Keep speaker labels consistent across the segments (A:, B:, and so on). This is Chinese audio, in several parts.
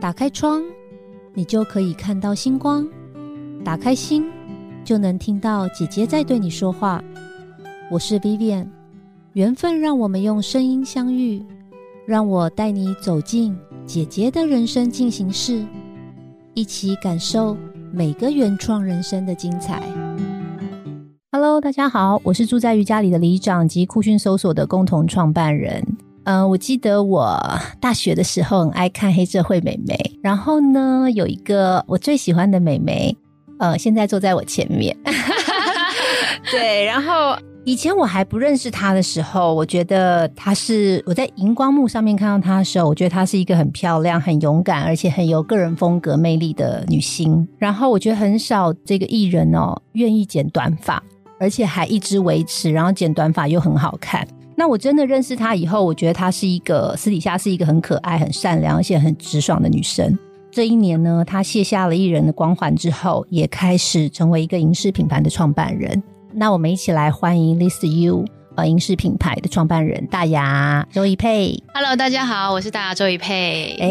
A: 打开窗，你就可以看到星光；打开心，就能听到姐姐在对你说话。我是 Vivian，缘分让我们用声音相遇，让我带你走进姐姐的人生进行式，一起感受每个原创人生的精彩。Hello，大家好，我是住在瑜伽里的里长及酷讯搜索的共同创办人。嗯、我记得我大学的时候很爱看黑社会美眉，然后呢，有一个我最喜欢的美眉，呃，现在坐在我前面。
B: 对，然后
A: 以前我还不认识她的时候，我觉得她是我在荧光幕上面看到她的时候，我觉得她是一个很漂亮、很勇敢，而且很有个人风格魅力的女星。然后我觉得很少这个艺人哦愿意剪短发，而且还一直维持，然后剪短发又很好看。那我真的认识她以后，我觉得她是一个私底下是一个很可爱、很善良，而且很直爽的女生。这一年呢，她卸下了艺人的光环之后，也开始成为一个银饰品牌的创办人。那我们一起来欢迎 List You 呃银饰品牌的创办人大牙周一佩。
B: ，Hello，大家好，我是大家周一佩。
A: 哎、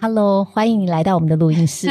A: h e l l o 欢迎你来到我们的录音 室。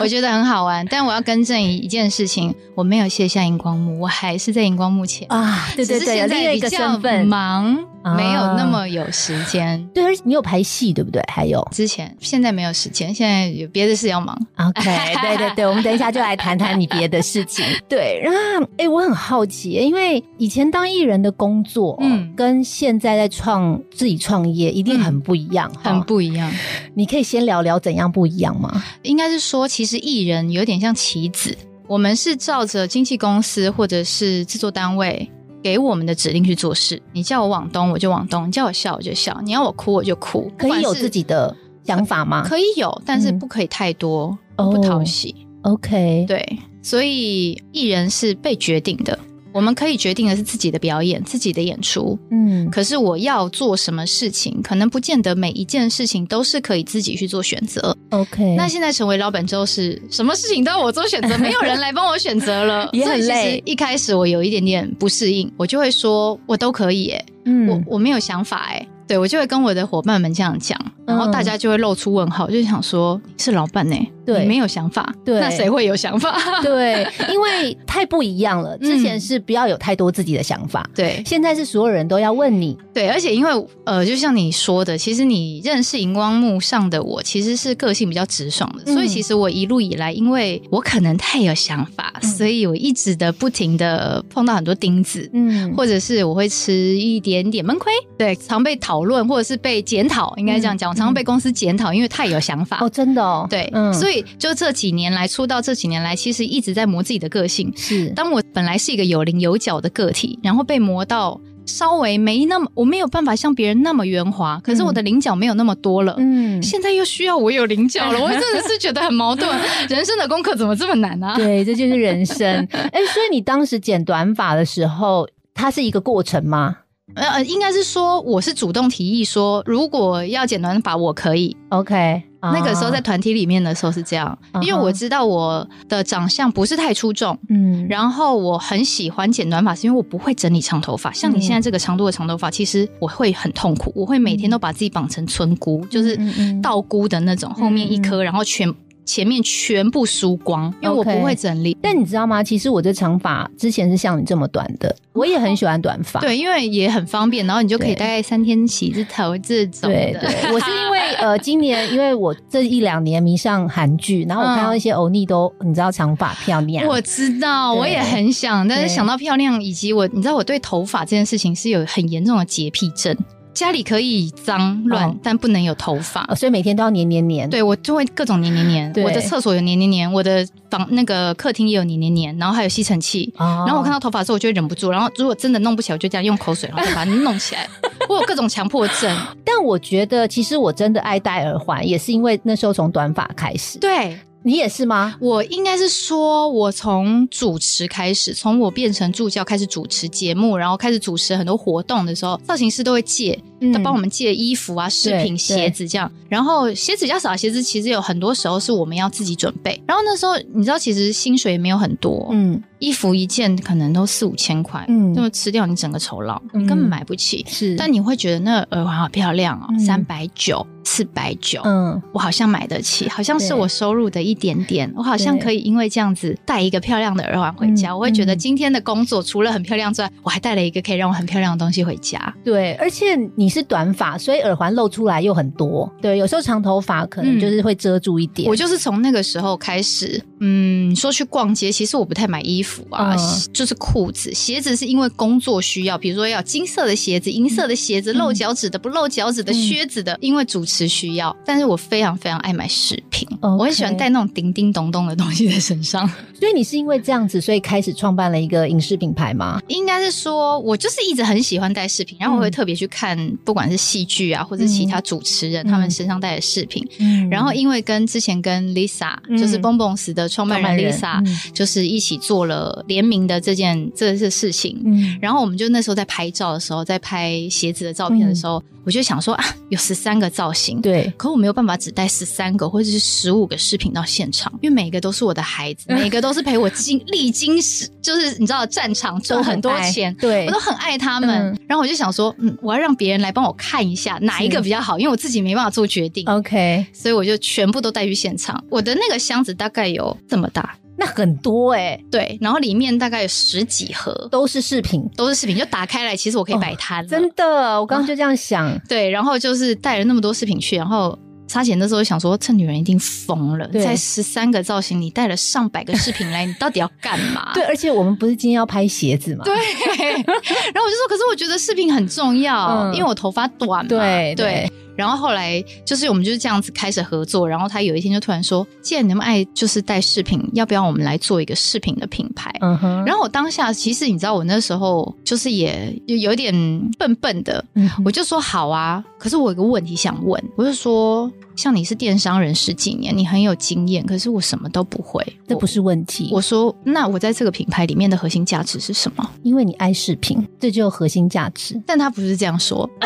B: 我觉得很好玩，但我要更正一一件事情，我没有卸下荧光幕，我还是在荧光幕前。
A: 啊，对对
B: 只是
A: 对，有另
B: 现在
A: 外一
B: 比
A: 个
B: 较
A: 身份。
B: 忙，
A: 啊
B: 没有那么有时间。
A: 对，而且你有拍戏对不对？还有
B: 之前现在没有时间，现在有别的事要忙。
A: OK，对 对对，我们等一下就来谈谈你别的事情。对，然后哎、我很好奇，因为以前当艺人的工作，嗯
B: 嗯，
A: 跟现在在创自己创业一定很不一样，
B: 嗯很
A: 哈。
B: 不一样，
A: 你可以先聊聊怎样不一样吗？
B: 应该是说，其实艺人有点像棋子，我们是照着经纪公司或者是制作单位给我们的指令去做事。你叫我往东，我就往东；你叫我笑，我就笑；你要我哭，我就哭。
A: 可以有
B: 不管是
A: 自己的想法吗？
B: 可以有，但是
A: 嗯
B: 不可以太多，
A: 哦
B: 不讨喜。
A: OK，
B: 对，所以艺人是被决定的。我们可以决定的是自己的表演、自己的演出，
A: 嗯，
B: 可是我要做什么事情，可能不见得每一件事情都是可以自己去做选择。
A: OK，
B: 那现在成为老板之后，是什么事情都要我做选 择，没有人来帮我选择了，
A: 也很
B: 所以其实
A: 累
B: 一开始我有一点点不适应，我就会说，我都可以、欸，
A: 嗯
B: 我我没有想法哎、对我就会跟我的伙伴们这样讲，
A: 嗯
B: 然后大家就会露出问号，就想说你是老板哎、
A: 对
B: 你没有想法，
A: 对
B: 那谁会有 想法？
A: 对，因为太不一样
B: 嗯
A: 了。之前是不要有太多自己的想法，
B: 对
A: 现在是所有人都要问你。
B: 对，而且因为呃，就像你说的，其实你认识荧光幕上的我，其实是个性比较直爽的，
A: 嗯
B: 所以其实我一路以来，因为我可能太有想法，
A: 嗯
B: 所以我一直的不停的碰到很多钉子。
A: 嗯，
B: 或者是我会吃一点点闷亏，对，常被讨论或者是被检讨，应该这样讲，
A: 嗯
B: 我常常被公司检讨，因为太有想法。
A: 哦，真的哦，
B: 对，
A: 嗯，
B: 所
A: 以
B: 以就这几年来，出道这几年来，其实一直在磨自己的个性。
A: 是
B: 当我本来是一个有棱有角的个体，然后被磨到稍微没那么，我没有办法像别人那么圆滑，可是我的棱角没有那么多了。
A: 嗯，
B: 现在又需要我有 棱角了，我真的是觉得很矛盾。人生的功课怎么这么难 啊？
A: 对，这就是人生。哎，所以你当时剪短发的时候，它是一个过程吗
B: 呃，呃应该是说我是主动提议说，如果要剪短发，我可以。
A: ？OK，啊
B: 那个时候在团体里面的时候是这样，因为我知道我的长相不是太出众，
A: 嗯，
B: 然后我很喜欢剪短发，是因为我不会整理长头发。像你
A: 嗯
B: 现在这个长度的长头发，其实我会很痛苦，我会每天都把自己绑成村姑，就是
A: 嗯嗯
B: 倒箍的那种，后面一颗，然后全前面全部梳光，因为我
A: OK
B: 不会整理。
A: 但你知道吗？其实我这长发之前是像你这么短的，我也很喜欢短发。
B: 对，因为也很方便，然后你就可以
A: 对
B: 大概三天洗一次头这种
A: 对
B: 的。
A: 对，我是因为呃，今年因为我这一两年迷上韩剧，然后我看到一些欧尼都，你知道长发漂亮，
B: 嗯 我知道，
A: 对
B: 我也很想，但
A: 对
B: 是想到漂亮以及我，你知道我对头发这件事情是有很严重的洁癖症。家里可以脏乱，
A: 哦
B: 但不能有头发
A: 呃。所以每天都要黏黏黏。，
B: 对我就会各种黏黏黏，
A: 对
B: 我的厕所有黏黏黏，我的房那个客厅也有黏黏黏，然后还有吸尘器。
A: 哦
B: 然后我看到头发的时候，我就会忍不住。然后如果真的弄不起来，我就这样用口水，然后就把它弄起来。我有各种强迫症，
A: 但我觉得其实我真的爱戴耳环，也是因为那时候从短发开始。
B: 对
A: 你也是吗？
B: 我应该是说，我从主持开始，从我变成助教开始主持节目，然后开始主持很多活动的时候，造型师都会借，
A: 嗯
B: 他帮我们借衣服啊、饰
A: 对
B: 品、鞋子这样。然后鞋子比较少，鞋子其实有很多时候是我们要自己准备。然后那时候你知道，其实薪水也没有很多，
A: 嗯，
B: 衣服一件可能都四五千块，
A: 嗯
B: 那么吃掉你整个酬劳，
A: 嗯
B: 你根本买不起。
A: 是
B: 但你会觉得那耳环好漂亮哦
A: 嗯，
B: 三百九、四百九，
A: 嗯，
B: 我好像买得起，好像是
A: 对
B: 我收入的一点点，我好像
A: 对
B: 可以因为这样子带一个漂亮的耳环回家，
A: 嗯
B: 我会觉得
A: 嗯
B: 今天的工作除了很漂亮之外，我还带了一个可以让我很漂亮的东西回家。
A: 对，而且你是短发，所以耳环露出来又很多。对，有时候长头发可能
B: 嗯
A: 就是会遮住一点。
B: 我就是从那个时候开始，嗯，说去逛街，其实我不太买衣服啊，
A: 嗯
B: 就是裤子、鞋子是因为工作需要，比如说要金色的鞋子、银色的鞋子、
A: 嗯
B: 露脚趾的、不露脚趾的、
A: 嗯
B: 靴子的，因为主持需要。但是我非常非常爱买饰品
A: OK
B: 我很喜欢戴那种叮叮咚咚的东西在身 上。
A: 所以你是因为这样子，所以开始创办了一个影视品牌吗？
B: 应该是说，我就是一直很喜欢戴饰品，然后我会
A: 嗯
B: 特别去看，不管是戏剧啊，或者其他主持人、
A: 嗯
B: 他们身上戴的饰品。
A: 嗯
B: 然后因为跟之前跟 Lisa，、
A: 嗯
B: 就是 Bonbons 的创办人 Lisa，、就是一起做了联名的这件这次事情。
A: 嗯
B: 然后我们就那时候在拍照的时候，在拍鞋子的照片的时候，我就想说啊，有十三个造型，
A: 嗯对，
B: 可我没有办法只带十三个或者是十五个饰品到现场，因为每个都是我的孩
A: 嗯
B: 子，每个都是陪我经历经 史，就是你知道战场
A: 都
B: 赚很多
A: 爱
B: 钱。
A: 对，
B: 我都很爱他们，
A: 嗯
B: 然后我就想说，嗯，我要让别人来帮我看一下哪一个
A: 是
B: 比较好，因为我自己没办法做决定，
A: OK，
B: 所以我就全部都带去现场。我的那个箱子大概有这么大，
A: 那很多哎、
B: 对，然后里面大概有十几盒
A: 都是饰品，
B: 都是饰品，就打开来，其实我可以摆摊了、
A: 哦真的，我刚刚就这样想，
B: 对，然后就是带了那么多饰品去，然后沙姐那时候想说，这女人一定疯了，
A: 对
B: 才十三个造型，你带了上百个饰品来，你到底要干嘛？
A: 对，而且我们不是今天要拍鞋子嘛？
B: 啊对， 然后我就说，可是我觉得饰品很重要，
A: 嗯
B: 因为我头发短嘛，
A: 对
B: 对。然后后来就是我们就是这样子开始合作，然后他有一天就突然说：“既然你那么爱就是带饰品，要不要我们来做一个饰品的品牌？”
A: 嗯哼，
B: 然后我当下其实你知道，我那时候就是也有有点笨笨的，
A: 嗯
B: 我就说好啊，可是我有个问题想问，我就说，像你是电商人十几年，你很有经验，可是我什么都不会，
A: 这不
B: 是
A: 是问题，
B: 我说，那我在这个品牌里面的核心价值是什么？
A: 因为你爱饰品，这就是核心价值。
B: 但他不是这样说，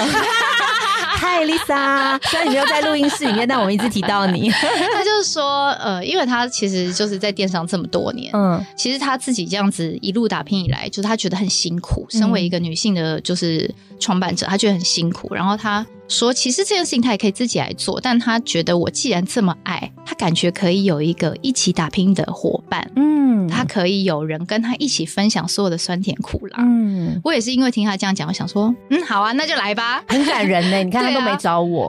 A: 嗨，Lisa，虽然你没有在录音室里面，但我们一直提到 你。
B: 他就是说，呃，因为他其实就是在电商这么多年，
A: 嗯，
B: 其实他自己这样子一路打拼以来，就是他觉得很辛苦。
A: 嗯
B: 身为一个女性的，就是创办者，他觉得很辛苦。然后他说，其实这件事情他也可以自己来做，但他觉得我既然这么爱，他感觉可以有一个一起打拼的伙伴，
A: 嗯，
B: 他可以有人跟他一起分享所有的酸甜苦辣。
A: 嗯，
B: 我也是因为听他这样讲，我想说，嗯，好啊，那就来吧。
C: 很感人呢、你看他
B: 对
C: 都
B: 啊
C: 没找 我，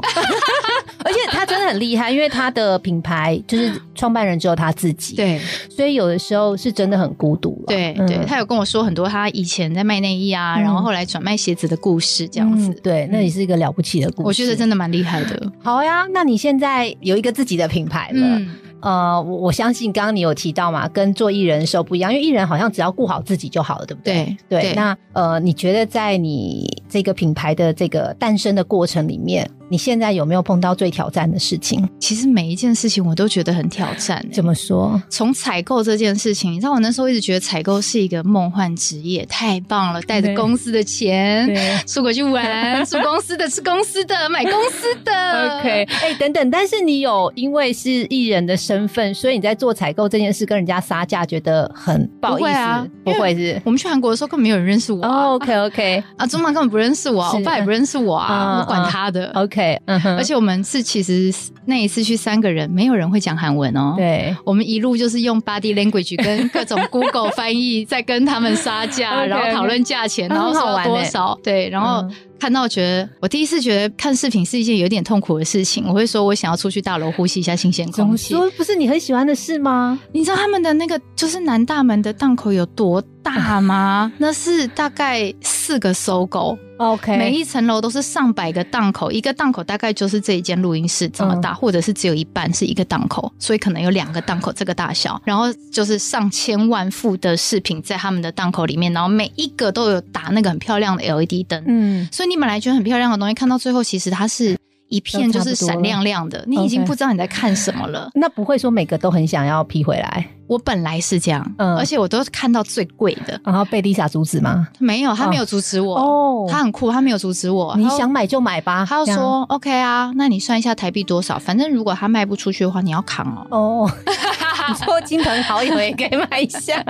A: 而且他真的很厉害，因为他的品牌就是创办人只有他自己，，
B: 对
A: 所以有的时候是真的很孤独了。
B: 对、
A: 嗯
B: 对，他有跟我说很多他以前在卖内衣啊，
A: 嗯
B: 然后后来转卖鞋子的故事，这样子。
A: 嗯对，那也是一个了不起的故事。
B: 我觉得真的蛮厉害的，
A: 好呀。那你现在有一个自己的品牌了，
B: 嗯，
A: 呃，我我相信刚刚你有提到嘛，跟做艺人的时候不一样，因为艺人好像只要顾好自己就好了，对不对？
B: 对
A: 对，那呃，你觉得在你这个品牌的这个诞生的过程里面，你现在有没有碰到最挑战的事情？
B: 其实每一件事情我都觉得很挑战、欸。
A: 怎么说？
B: 从采购这件事情，你知道我那时候一直觉得采购是一个梦幻职业，太棒了，带着
A: 对
B: 公司 的钱
A: 对
B: 出国 去玩，住公司的，吃公司的，买公司的。
A: OK，哎、等等，但是你有因为是艺人的身份，所以你在做采购这件事跟人家杀价，觉得很不好意
B: 不会
A: 思
B: 啊，
A: 不会是？
B: 我们去韩国的时候根本没有人认识我啊、
A: 哦，OK，OK、o k
B: 啊，中马根本不认识我、啊，
A: 是
B: 我爸也不认识我
A: 嗯
B: 啊，我管
A: 嗯
B: 他的。
A: OK OK，嗯哼，
B: 而且我们是其实那一次去三个人，没有人会讲韩文哦。。
A: 对，
B: 我们一路就是用 body language 跟各种 Google 翻译，在跟他们杀 价，
A: OK，OK
B: 然后讨论价钱，
A: 那
B: 然后
A: 很好
B: 说
A: 玩
B: 多
A: 欸
B: 少，对，然后
A: 嗯
B: 看到觉得，我第一次觉得看视频是一件有点痛苦的事情，我会说我想要出去大楼呼吸一下新鲜
A: 怎
B: 空
A: 么
B: 气。
A: 说？不是你很喜欢的事吗？
B: 你知道他们的那个就是南大门的档口有多大 吗？那是大概四个搜狗，
A: 哦 OK，
B: 每一层楼都是上百个档口，一个档口大概就是这一间录音室这么
A: 嗯
B: 大，或者是只有一半是一个档口，所以可能有两个档口这个大小。然后就是上千万副的饰品在他们的档口里面，然后每一个都有打那个很漂亮的 LED 灯，
A: 嗯，
B: 所以你本来觉得很漂亮的东西，看到最后其实它是一片就是闪亮亮的，你已经
A: 嗯 OK
B: 不知道你在看什么 了。
A: 那不会说每个都很想要批回来，
B: 我本来是这样，
A: 嗯
B: 而且我都看到最贵的，
A: 然后被 Lisa 阻止吗？
B: 没有，他没有阻止我，
A: 哦
B: 他很酷，他没有阻止我，
A: 你
B: 他
A: 想买就买吧。
B: 他
A: 这
B: 就
A: 样
B: 说 OK 啊，那你算一下台币多少？反正如果他卖不出去的话，你要扛哦。
A: 哦，说亲朋好友也可以买一下。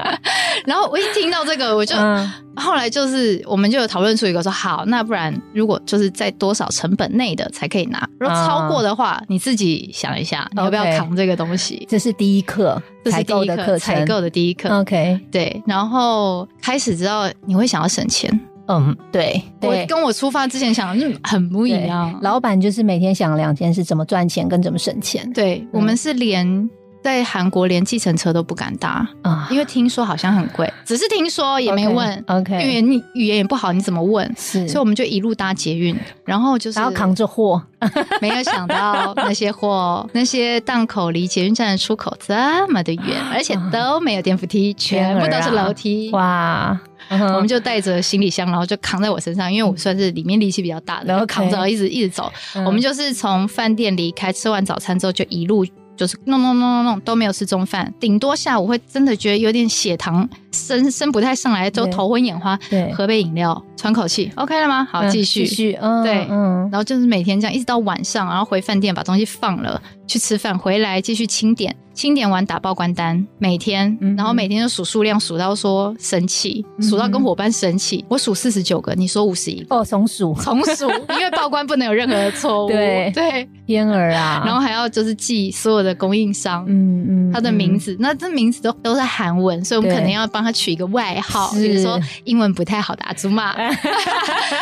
B: 然后我一听到这个， 我就、
A: 嗯
B: 后来就是我们就有讨论出一个说，好，那不然如果就是在多少成本内的才可以拿，如果超过的话，你自己想一下，你要不要
A: 嗯 OK
B: 扛这个东西？
A: 这是第一课，
B: 这是
A: 采
B: 第
A: 购
B: 一
A: 的
B: 课，
A: 课
B: 采
A: 程。嗯
B: 购的第一课。
A: OK，
B: 对，然后开始知道你会想要省钱。
A: 嗯，对
B: 我
A: 对。
B: 跟我出发之前想，嗯，很不一
A: 对
B: 样。
A: 老板就是每天想两件事：怎么赚钱跟怎么省钱
B: 对我
A: 嗯
B: 们是连在韩国连计程车都不敢搭，
A: 啊
B: 因为听说好像很贵， 只是听说也没问，
A: OK，
B: 因为你语言也不好，你怎么问？
A: 是，
B: 所以我们就一路搭捷运，然后就是
A: 然后扛着货，
B: 没有想到那些货，那些档口离捷运站的出口这么的远，而且都没有电扶梯，全部都是楼梯。
A: 哇，嗯
B: 我
A: 我
B: 们就带着行李箱，然后就扛在我身上，因为我算是里面力气比较大的，
A: OK
B: 就扛着一直一直走。
A: 嗯
B: 我们就是从饭店离开，吃完早餐之后就一路就是弄弄弄弄弄都没有吃中饭，顶多下午会真的觉得有点血糖升升不太上来，就
A: 对
B: 头昏眼花，
A: 对
B: 喝杯饮料喘口气，OK 了吗？好，
A: 嗯
B: 继续。
A: 继续，嗯，
B: 对
A: 嗯，
B: 然后就是每天这样，一直到晚上，然后回饭店把东西放了，去吃饭，回来继续清点，清点完打报关单，每天
A: 嗯哼，
B: 然后每天就数数量，数到说生气，
A: 嗯哼
B: 数到跟伙伴生气，我数四十九个，你说五十一 个，
A: 哦，松鼠、
B: 重数，因为报关不能有任何错误，
A: 对
B: 对，
A: 天鹅啊，
B: 然后还要就是记所有的供应商。
A: 嗯嗯，
B: 他的名
A: 嗯
B: 字，那这名字都都是韩文，所以我们
A: 对
B: 可能要帮他取一个外号，
A: 是
B: 比如说英文不太好的阿 祖玛，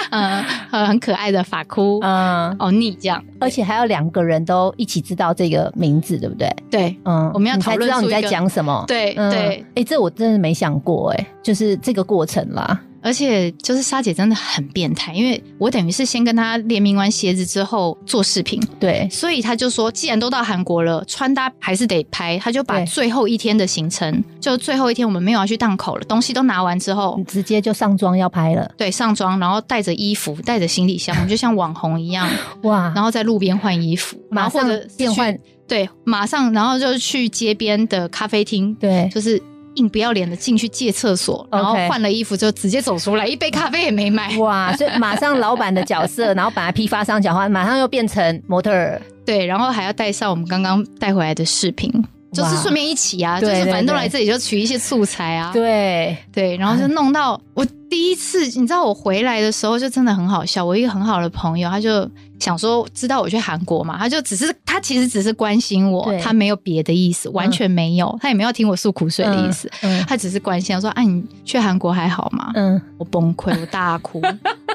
B: 嗯，呃很可爱的法哭，
A: 嗯，
B: 哦，你这样，
A: 而且还要两个人都一起知道这个名字，对不对？
B: 对
A: 嗯，
B: 我们要
A: 你
B: 讨
A: 才
B: 论
A: 知道
B: 出
A: 你
B: 一
A: 在
B: 个
A: 讲什么。
B: 对
A: 嗯
B: 对，，
A: 哎，这我真的没想过，哎，就是这个过程啦。
B: 而且就是莎姐真的很变态，因为我等于是先跟她联名完鞋子之后做视频，
A: 对，
B: 所以她就说，既然都到韩国了，穿搭还是得拍，她就把
A: 对
B: 最后一天的行程，就最后一天我们没有要去档口了，东西都拿完之后
A: 你。直接就上妆要拍了，
B: 对，上妆，然后带着衣服，带着行李箱，我们就像网红一样，
A: 哇！
B: 然后在路边换衣服，然
A: 马
B: 后或
A: 上
B: 者
A: 变
B: 去
A: 换，
B: 对，马上，然后就去街边的咖啡厅，
A: 对，
B: 就是硬不要脸的进去借厕所，然后
A: OK
B: 换了衣服就直接走出来，一杯咖啡也没买。
A: 哇！所以马上老板的角色，然后把它批发商讲话，马上又变成模特儿，
B: 对，然后还要带上我们刚刚带回来的饰品，就是
A: 哇
B: 顺便一起啊，
A: 对
B: 就是
A: 对
B: 反正都
A: 对
B: 来这里就取一些素材啊。
A: 对，
B: 对然后
A: 哎
B: 就弄到我第一次，你知道我回来的时候就真的很好笑。我一个很好的朋友，他就想说知道我去韩国嘛，他就只是他其实只是关心我
A: 对，
B: 他没有别的意思，完全没有，他也没有听我诉苦水的意思。
A: 嗯
B: 他只是关心，我说：“哎、你去韩国还好吗？”
A: 嗯，
B: 我崩溃，我大 哭，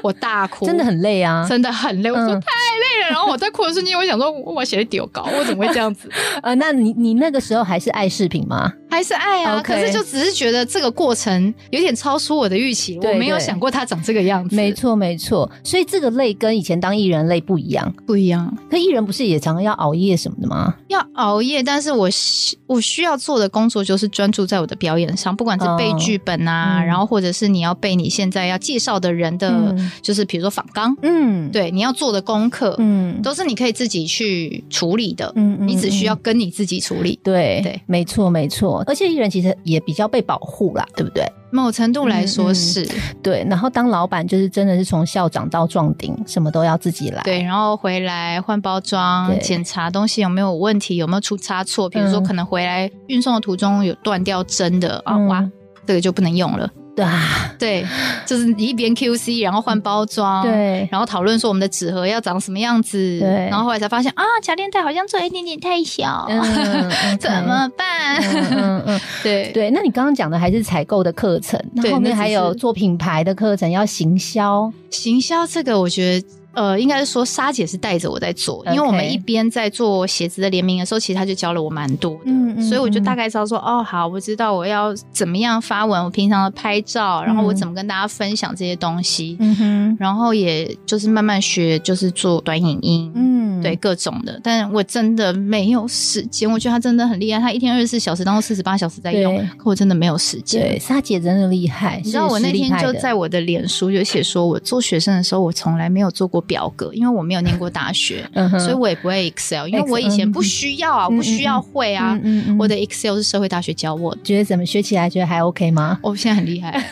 B: 我大哭，
A: 真的很累啊，
B: 真的很累。我说
A: 嗯
B: 太累了，然后我在哭的瞬间，我想说，我我写的丢稿，我怎么会这样子？
A: 呃，那你你那个时候还是爱饰品吗？
B: 还是爱啊
A: OK
B: 可是就只是觉得这个过程有点超出我的预期，
A: 对
B: 我没有
A: 对
B: 想过他长这个样子，
A: 没错，没错。所以这个累跟以前当艺人累不一样。
B: 不一样。
A: 可艺人不是也常常要熬夜什么的吗？
B: 要熬夜，但是我需我需要做的工作就是专注在我的表演上，不管是背
A: 哦
B: 剧本啊，
A: 嗯
B: 然后或者是你要背你现在要介绍的人的，
A: 嗯
B: 就是比如说访纲，
A: 嗯，，
B: 对，你要做的功课，
A: 嗯，
B: 都是你可以自己去处理的，
A: 嗯嗯
B: 你只需要
A: 嗯
B: 跟你自己处理。
A: 对
B: 对，
A: 没错，没错。而且艺人其实也比较被保护啦，对不对？
B: 某程度来
A: 嗯
B: 说是、
A: 对。然后当老板就是真的是从校长到壮丁，什么都要自己来。
B: 对，然后回来换包装
A: 对，
B: 检查东西有没有问题，有没有出差错，比如说
A: 嗯
B: 可能回来运送的途中有断掉针的、啊，
A: 嗯
B: 哇，这个就不能用了。
A: 对啊，
B: 对，就是一边 QC，然后换包装，。
A: 对，
B: 然后讨论说我们的纸盒要长什么样子，
A: 对
B: 然后后来才发现啊，夹链袋好像做一点点太小，
A: 嗯
B: 哦 怎么办？
A: 嗯嗯嗯，
B: 对
A: 对。那你刚刚讲的还是采购的课程，那
B: 对
A: 后
B: 那
A: 面
B: 只
A: 还有
B: 是
A: 做品牌的课程，要行销。
B: 行销这个，我觉得。呃，应该是说莎姐是带着我在做，因为
A: OK
B: 我们一边在做鞋子的联名的时候，其实她就教了我蛮多的，
A: 嗯嗯
B: 所以我就
A: 嗯
B: 大概知道说，哦，好，我知道我要怎么样发文，我平常的拍照，然后我怎么跟大家分享这些东西，
A: 嗯哼，
B: 然后也就是慢慢学，就是做短影音，
A: 嗯，
B: 对各种的。但我真的没有时间，我觉得她真的很厉害，她一天二十四小时当中四十八小时在用
A: 对，
B: 可我真的没有时间。
A: 对，莎姐真的厉害，
B: 你知道
A: 是
B: 我那
A: 实力
B: 天
A: 派
B: 就
A: 的，
B: 在我的脸书就写说，我做学生的时候，我从来没有做过表格，因为我没有念过大学
A: 嗯哼
B: 所以我也不会 Excel，因为
A: Excel，
B: 我以前不需要啊，
A: 嗯嗯
B: 我不需要会啊
A: 嗯，嗯嗯
B: 我的 Excel 是社会大学教我的。
A: 觉得怎么学起来觉得还 OK 吗？
B: 我、现在很 厉害，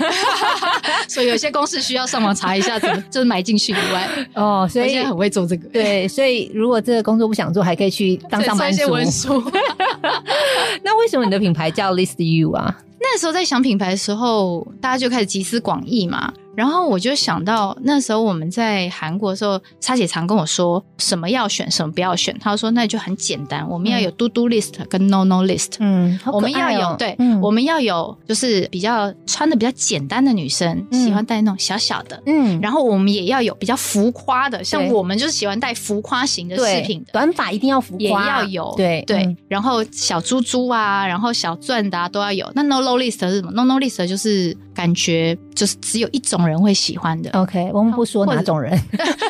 B: 所以有些公式需要上网查一下，怎么就是买进去以外，
A: 哦，所
B: 我
A: 以
B: 现在很会做这个。
A: 对，所以如果这个工作不想做，还可以去当
B: 对
A: 上
B: 算
A: 班
B: 一些
A: 族。
B: 文书，
A: 那为什么你的品牌叫 List You 啊？
B: 那时候在想品牌的时候，大家就开始集思广益嘛。然后我就想到那时候我们在韩国的时候，沙姐常跟我说什么要选，什么不要选。她说那就很简单，我们要有 do do list 跟 no no list。
A: 嗯，好可爱哦嗯
B: 我们要有对，我们要有就是比较穿的比较简单的女生，
A: 嗯
B: 喜欢戴那种小小的。
A: 嗯，
B: 然后我们也要有比较浮夸的，像
A: 对
B: 我们就是喜欢戴浮夸型的饰品
A: 对，
B: 的，
A: 短发一定要浮夸，
B: 也要有，
A: 对
B: 对，
A: 嗯
B: 然后小珠珠啊，然后小钻的、啊、都要有。那 no no list 是什么？no no list 就是感觉就是只有一种人会喜欢的，
A: OK，我们不说
B: 或者
A: 哪种人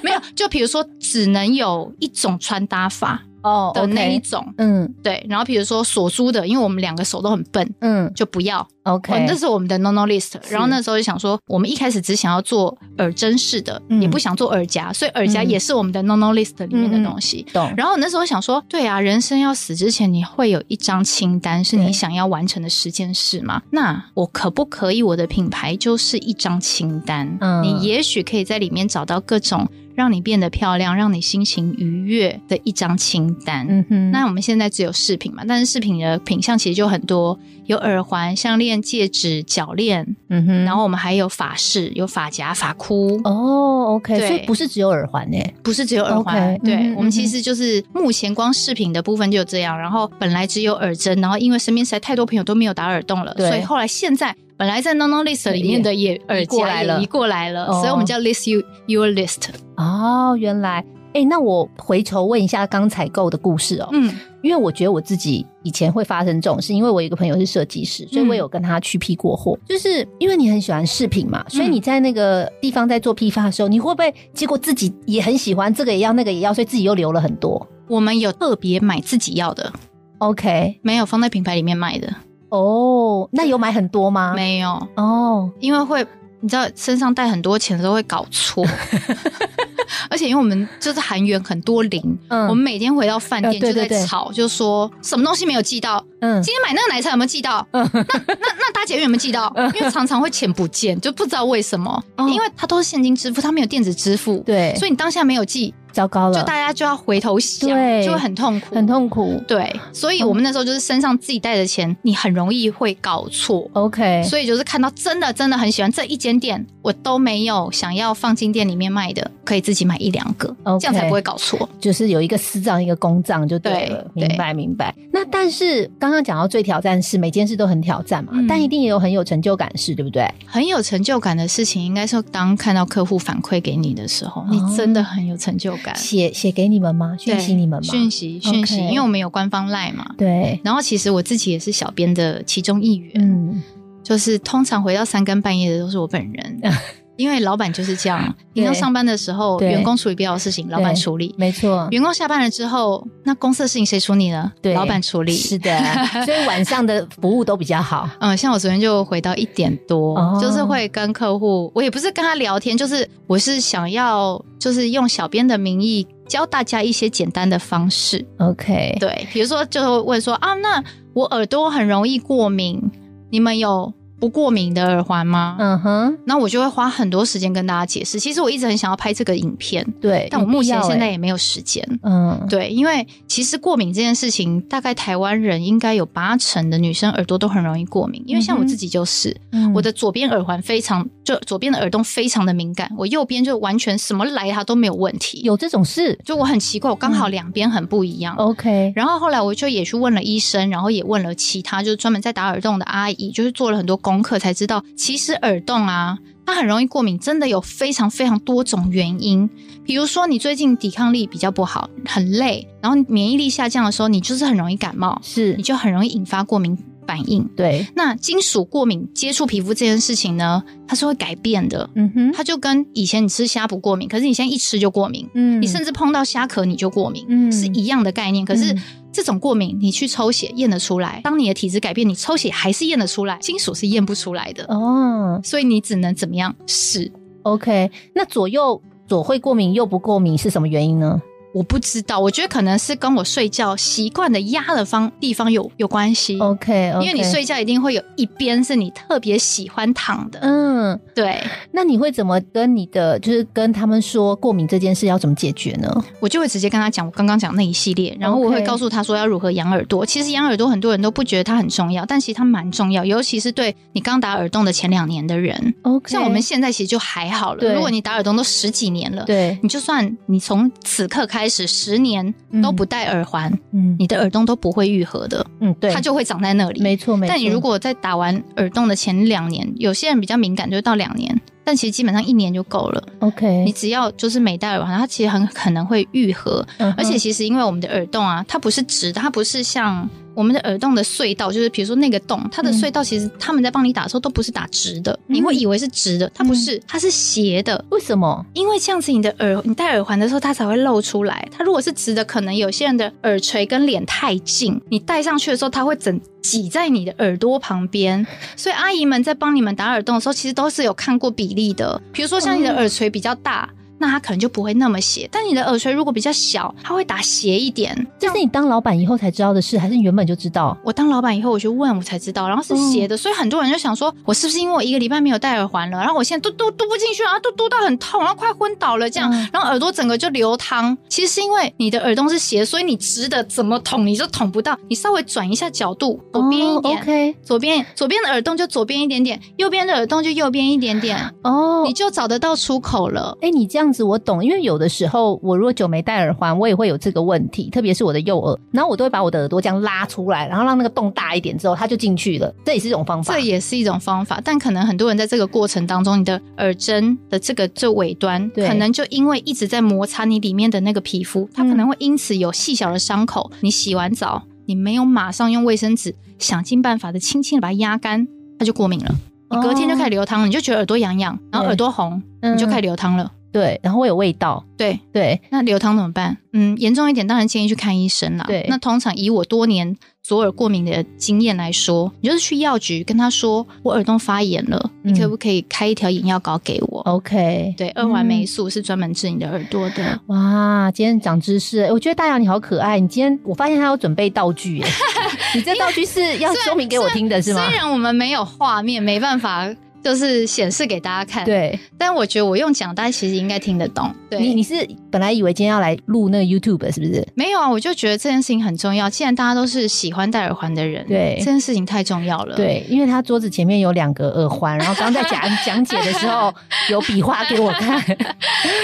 B: 没有，就比如说只能有一种穿搭法
A: 哦
B: 的那一
A: OK，
B: 种，
A: 嗯
B: 对。然后比如说锁珠的，因为我们两个手都很笨，
A: 嗯哦
B: 就不要。我
A: OK，
B: 那是我们的 no no list，然后那时候就想说，我们一开始只想要做耳针式的，
A: 嗯
B: 也不想做耳夹，所以耳夹
A: 嗯
B: 也是我们的 no no list 里面
A: 嗯嗯
B: 的东西。
A: 懂，
B: 然后我那时候想说，对啊，人生要死之前，你会有一张清单，是
A: 对
B: 你想要完成的十件事嘛？那我可不可以我的品牌就是一张清单？
A: 嗯
B: 你也许可以在里面找到各种让你变得漂亮、让你心情愉悦的一张清单。
A: 嗯哼，
B: 那我们现在只有饰品嘛，但是饰品的品相其实就很多，有耳环、项链、戒指、脚链，
A: 嗯哼，
B: 然后我们还有发饰、有发夹、发箍，
A: 哦 OK，
B: 对
A: 所以不是只有耳环呢，
B: 不是只有耳环。
A: OK，
B: 对、
A: 嗯哼
B: 我们
A: 嗯
B: 其
A: 哼
B: 实就是目前光饰品的部分就这样，然后本来只有耳针，然后因为身边实在太多朋友都没有打耳洞了，
A: 对
B: 所以后来现在。本来在 No No List 里面的也耳
A: 过来
B: 夹也
A: 了
B: 移过来了，
A: 哦
B: 所以我们叫 List You Your List。
A: 哦，原来。哎、那我回头问一下刚采购的故事哦、
B: 嗯，
A: 因为我觉得我自己以前会发生这种事，因为我有一个朋友是设计师，
B: 嗯
A: 所以我有跟他去批过货。就是因为你很喜欢饰品嘛，
B: 嗯
A: 所以你在那个地方在做批发的时候，你会不会结果自己也很喜欢这个也要那个也要，所以自己又留了很多
B: 我们有特别买自己要的，
A: ？OK，
B: 没有放在品牌里面卖的，
A: 哦，那有买很多吗？
B: 没有。
A: 哦，
B: 因为会你知道身上带很多钱的时候会搞 错，而且因为我们就是韩元很多零。
A: 嗯
B: 我们每天回到饭店
A: 呃对
B: 就
A: 对
B: 在
A: 对
B: 吵，就说什么东西没有寄到，
A: 嗯
B: 今天买那个奶茶有没有寄到？那那那搭捷运有没有寄到？因为常常会钱不见，就不知道为什么，
A: 嗯哦
B: 因为它都是现金支付，它没有电子支付，
A: 对，
B: 所以你当下没有寄，
A: 糟糕
B: 就
A: 了
B: 大，家就要回头想，
A: 对
B: 就会很痛苦，
A: 很。痛嗯苦。
B: 对，所以我们那时候就是身上自己带的钱，你很容易会搞错。
A: OK，
B: 所以就是看到真的真的很喜欢这一间店，我都没有想要放进店里面卖的，可以自己买一两个
A: OK
B: 这样才不会搞错。
A: 就是有一个私账，一个公账就对了。
B: 对
A: 明白明白。那但是刚刚讲到最挑战是每件事都很挑战嘛，
B: 嗯
A: 但一定也有很有成就感是，对不对？
B: 很有成就感的事情，应该是当看到客户反馈给你的时候，
A: 哦
B: 你真的很有成就感。
A: 写写给你们吗？
B: 嗯对
A: 讯息你们吗？
B: 讯息，讯息
A: OK
B: 因为我们有官方赖嘛。
A: 对，
B: 然后其实我自己也是小编的其中一员，
A: 嗯，
B: 就是通常回到三更半夜的都是我本 人。因为老板就是这样，平常
A: 对
B: 上班的时候，
A: 对
B: 员工处理不了的事情，老板
A: 对
B: 处理；
A: 没错，
B: 员工下班了之后，那公司的事情谁处理呢？
A: 对
B: 老板处理。
A: 是 的，所以晚上的服务都比较好。
B: 嗯，像我昨天就回到一点多，
A: 哦
B: 就是会跟客户，我也不是跟他聊天，就是我是想要，就是用小编的名义教大家一些简单的方式，
A: OK，
B: 对，比如说就会问说啊，那我耳朵很容易过敏，你们有不过敏的耳环吗？
A: 嗯哼，
B: 那我就会花很多时间跟大家解释。其实我一直很想要拍这个影片，
A: 对，
B: 但我目前
A: 有必要
B: 现在
A: 欸
B: 也没有时间。
A: 嗯，
B: 对，因为其实过敏这件事情，大概台湾人应该有八成的女生耳朵都很容易过敏，因为像我自己就是，
A: 嗯
B: 我的左边耳环非常，就左边的耳洞非常的敏感，我右边就完全什么来它都没有问题。
A: 有这种事
B: 就我很奇怪，我刚好两边很不一样。
A: ，OK，
B: 然后后来我就也去问了医生，然后也问了其他就是专门在打耳洞的阿姨，就是做了很多功课才知道，其实耳洞啊，它很容易过敏，真的有非常非常多种原因。比如说你最近抵抗力比较不好，很累，然后免疫力下降的时候，你就是很容易感冒，
A: 是
B: 你，就很容易引发过敏反应。
A: 对，
B: 那金属过敏接触皮肤这件事情呢，它是会改变的，
A: 嗯哼，
B: 它就跟以前你吃虾不过敏，可是你现在一吃就过敏，
A: 嗯
B: 你甚至碰到虾壳你就过敏，
A: 嗯
B: 是一样的概念。可是
A: 嗯
B: 这种过敏，你去抽血验得出来，当你的体质改变，你抽血还是验得出来，金属是验不出来的，
A: 哦
B: 所以你只能怎么样试？
A: ，OK，那左右左会过敏，右不过敏是什么原因呢？
B: 我不知道，我觉得可能是跟我睡觉习惯的压的方地方有有关系。
A: 哦 OK，,
B: 因为你，睡觉一定会有一边是你特别喜欢躺的，
A: 嗯，
B: 对
A: 那你会怎么跟你的，就是跟他们说过敏这件事要怎么解决呢？
B: 我就会直接跟他讲我刚刚讲那一系列，然后我会
A: OK
B: 告诉他说要如何养耳朵。其实养耳朵很多人都不觉得它很重要，但其实它蛮重要，尤其是对你刚打耳洞的前两年的人。
A: OK，
B: 像我们现在其实就还好了，
A: 对
B: 如果你打耳洞都十几年了，
A: 对，
B: 你就算你从此刻开始十年都不戴耳环，
A: 嗯
B: 你的耳洞都不会愈合的，
A: 嗯，对，
B: 它就会长在那里。
A: 没错没错。
B: 但你如果在打完耳洞的前两年，有些人比较敏感，就到两年，但其实基本上一年就够了。你
A: OK，
B: 只要就是每戴耳环，它其实很可能会愈合，
A: 嗯哼
B: 而且其实因为我们的耳洞啊，它不是直的，它不是像我们的耳洞的隧道，就是比如说那个洞，它的
A: 嗯
B: 隧道其实他们在帮你打的时候都不是打直的，你会以为是直的，它不是，它是斜的。
A: 为什么？
B: 因为这样子，你的耳你戴耳环的时候，它才会露出来。它如果是直的，可能有些人的耳垂跟脸太近，你戴上去的时候，它会整挤在你的耳朵旁边。所以阿姨们在帮你们打耳洞的时候，其实都是有看过比例的。比如说像你的
A: 哦
B: 耳垂比较大，那它可能就不会那么斜；但你的耳垂如果比较小，它会打斜一点。
A: 这是你当老板以后才知道的事，还是你原本就知道？
B: 我当老板以后，我去问我才知道，然后是
A: 嗯
B: 斜的，所以很多人就想说，我是不是因为我一个礼拜没有戴耳环了，然后我现在嘟嘟嘟不进去，然后嘟嘟到很痛，然后快昏倒了这样，
A: 嗯
B: 然后耳朵整个就流汤。其实是因为你的耳洞是斜，所以你直的怎么捅你就捅不到，你稍微转一下角度，左边一点。
A: o k
B: 左边左边的耳洞就左边一点点，右边的耳洞就右边一点点，
A: 哦
B: 你，就找得到出口了。
A: 哎、你这样子我懂，因为有的时候我如果久没戴耳环，我也会有这个问题，特别是我的右耳，然后我都会把我的耳朵这样拉出来，然后让那个洞大一点之后，它就进去了，这也是一种方法。
B: 这也是一种方法，但可能很多人在这个过程当中，你的耳针的这个最尾端，
A: 对
B: 可能就因为一直在摩擦你里面的那个皮肤，它可能会因此有细小的伤口。你洗完澡，你没有马上用卫生纸，想尽办法的轻轻的把它压干，它就过敏了。你隔天就开始流汤了，你就觉得耳朵痒痒，然后耳朵红，
A: 哦嗯
B: 你就开始流汤了。
A: 对，然后会有味道，
B: 对，
A: 对，
B: 那流汤怎么办？嗯，严重一点，当然建议去看医生啦。
A: 对
B: 那通常以我多年左耳过敏的经验来说，你就是去药局跟他说，我耳洞发炎了，
A: 嗯
B: 你可不可以开一条眼药膏给我？
A: ，OK。
B: 对，二环
A: 嗯
B: 霉素是专门治你的耳朵的。
A: 哇，今天长知识！诶哎我觉得大洋你好可爱。你今天我发现他要准备道 具耶，你这道具是要说明给我听的 是
B: 虽
A: 吗？
B: 然我们没有画面，没办法就是显示给大家看，，
A: 对，
B: 但我觉得我用讲，大家其实应该听得懂。对，
A: 你你是本来以为今天要来录那个 YouTube 的是不是？
B: 没有啊，我就觉得这件事情很重要。既然大家都是喜欢戴耳环的人，
A: 对
B: 这件事情太重要了。。
A: 对，因为他桌子前面有两个耳 环，然后刚刚在讲讲解的时候有比划给我 看，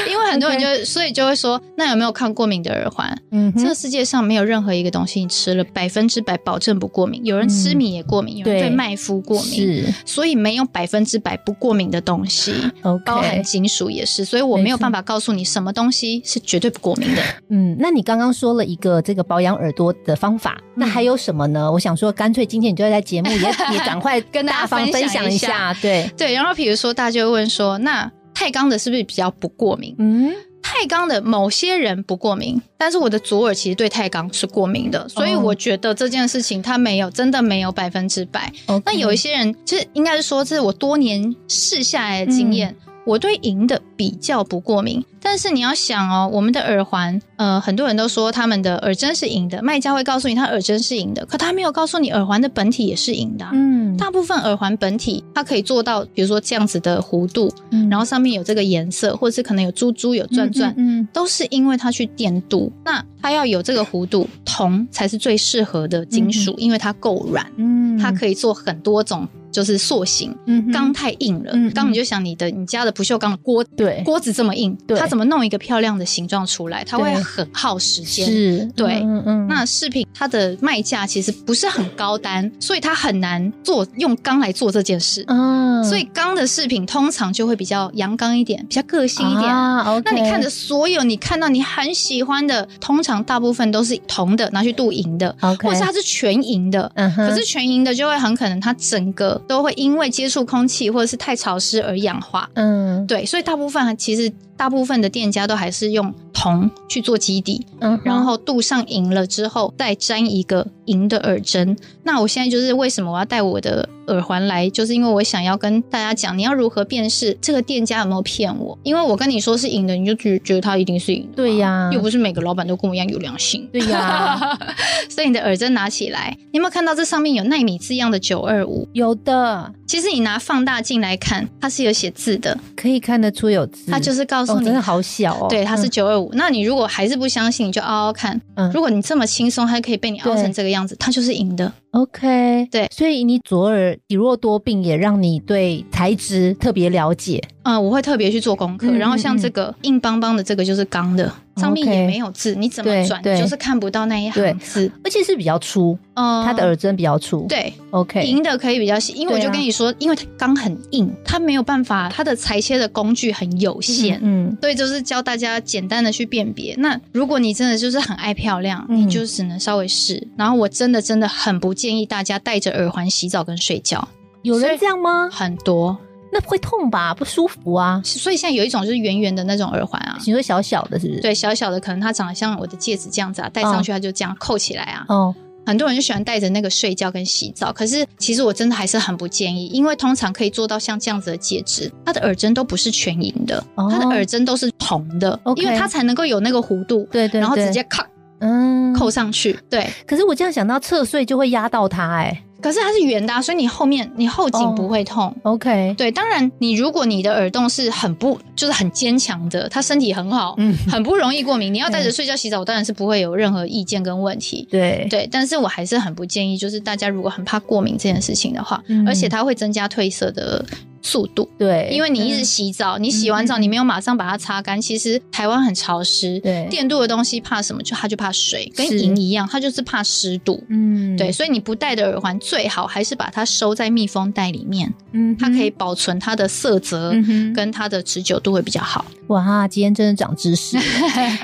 B: 因为很多人就所以就会说，那有没有看过敏的耳环？
A: 嗯
B: 这
A: 哼，
B: 个世界上没有任何一个东西你吃了百分之百保证不过敏。有人吃米也过敏，有人
A: 嗯对
B: 对麦麸过敏，
A: 是
B: 所以没有百分之百不过敏的东西。包含
A: OK，
B: 金属也是，所以我没有办法告诉你什么东西是绝对不过敏的。
A: 嗯，那你刚刚说了一个这个保养耳朵的方法，
B: 嗯
A: 那还有什么呢？我想说，干脆今天你就在节目 也也赶快
B: 跟大
A: 大
B: 家
A: 方
B: 分
A: 分
B: 享
A: 享
B: 一
A: 一
B: 下
A: 下，对，
B: 对，然后比如说大家就会问说，那钛钢的是不是比较不过敏？
A: 嗯，
B: 钛钢的某些人不过敏，但是我的左耳其实对钛钢是过敏的，所以
A: 哦
B: 我觉得这件事情它没有真的没有百分之百。那有一
A: 些
B: 些人，就是应该是说，这是我多年试下来的经验。
A: 嗯
B: 我对银的比较不过敏，但是你要想哦，我们的耳环，呃，很多人都说他们的耳针是银的，卖家会告诉你它耳针是银的，可他没有告诉你耳环的本体也是银的啊、
A: 嗯，
B: 大部分耳环本体它可以做到，比如说这样子的弧度，
A: 嗯
B: 然后上面有这个颜色，或者是可能有珠珠、有钻钻，
A: 嗯，嗯
B: 都是因为它去电镀。那它要有这个弧度，铜才是最适合的金属，因为它够软。
A: 嗯，
B: 它可以做很多种，就是塑形。
A: 以
B: 钢太硬了
A: 嗯嗯，
B: 钢你就想你的你家的不锈钢锅
A: 对
B: 锅子这么硬，
A: 对
B: 它怎么弄一个漂亮的形状出来？它会
A: 对
B: 很耗时间。
A: 是，
B: 对
A: 嗯嗯，
B: 那饰品它的卖价其实不是很高单，所以它很难做用钢来做这件事。
A: 嗯，
B: 所以钢的饰品通常就会比较阳刚一点，比较个性一点。
A: 啊，OK，
B: 那你看着所有你看到你很喜欢的，通常大部分都是铜的拿去镀银的，
A: ，OK，
B: 或者是它是全银的。
A: 嗯哼，
B: 可是全银的就会很可能它整个都会因为接触空气或者是太潮湿而氧化。
A: 嗯，
B: 对，所以大部分其实大部分的店家都还是用铜去做基底，
A: 嗯哼，
B: 然后镀上银了之后，再粘一个银的耳针。那我现在就是为什么我要带我的耳环来，就是因为我想要跟大家讲，你要如何辨识这个店家有没有骗我。因为我跟你说是银的，你就觉觉得它一定是银的嘛，
A: 对呀
B: 又不是每个老板都跟我一样有良心。
A: 对呀，
B: 所以你的耳针拿起来，你有没有看到这上面有纳米字样的九二五？
A: 有的
B: 其实你拿放大镜来看，它是有写字的，
A: 可以看得出有字，
B: 它就是告诉
A: 哦，
B: 你
A: 真的好小哦，
B: 对，它是
A: 嗯
B: 九二五。那你如果还是不相信，你就凹凹看。
A: 嗯
B: 如果你这么轻松，它可以被你凹
A: 对
B: 成这个样子，它就是赢的。
A: OK，
B: 对
A: 所以你左耳体弱多病，也让你对材质特别了解。
B: 嗯，我会特别去做功课。
A: 嗯
B: 然后像
A: 嗯嗯哦
B: 这个硬邦邦的这个就是钢的，上面
A: OK
B: 也没有字，你怎么
A: 对
B: 转
A: 对
B: 你就是看不到那一
A: 对
B: 行字。
A: 而且是比较粗，
B: 嗯，
A: 它的耳针比较粗。
B: 对
A: ，OK，
B: 银的可以比较细，因为我
A: 对啊
B: 就跟你说，因为它钢很硬，它没有办法，它的裁切的工具很有限。
A: 嗯，
B: 所以就是教大家简单的去辨别。那如果你真的就是很爱漂亮，
A: 嗯
B: 你就只能稍微试。然后我真的真的很不建议大家戴着耳环洗澡跟睡觉，
A: 有
B: 所
A: 人
B: 以
A: 这样吗？
B: 很多。
A: 那会痛吧？不舒服啊？
B: 所以现在有一种就是圆圆的那种耳环啊，
A: 你说小小的，是不是？，
B: 对，小小的，可能它长得像我的戒指这样子
A: 嗯
B: 啊，戴上去它就这样扣起来啊。
A: 哦，
B: 很多人就喜欢戴着那个睡觉跟洗澡，可是其实我真的还是很不建议，因为通常可以做到像这样子的戒指，它的耳针都不是全银的，
A: 哦
B: 它的耳针都是铜的，
A: OK
B: 因为它才能够有那个弧度，
A: 对对，
B: 然后
A: 对
B: 直接咔
A: 嗯
B: 扣。上去，对。
A: 可是我这样想到侧睡就会压到它，哎
B: 可是它是圆的、啊，所以你后面你后
A: 哦
B: 颈不会痛。
A: ，OK，
B: 对，当然你如果你的耳洞是很不就是很坚强的，它身体很好，
A: 嗯，
B: 很不容易过敏，你要带着
A: 嗯
B: 睡觉洗澡，我当然是不会有任何意见跟问题。
A: 对，
B: 对，但是我还是很不建议，就是大家如果很怕过敏这件事情的话，
A: 嗯
B: 而且它会增加褪色的速度，
A: 对，
B: 因为你一
A: 嗯
B: 直洗澡，你洗完澡你没有马上把它擦干，其实台湾很潮湿，
A: 对
B: 电镀的东西怕什么？就它就怕水，跟
A: 是
B: 银一样，它就是怕湿度。
A: 嗯，
B: 对，，所以你不戴的耳环最好还是把它收在密封袋里面，
A: 嗯，
B: 它可以，呃保存它的色泽
A: 嗯哼，
B: 跟它的持久度会比 较好。
A: 哇，今天真的长知 识了。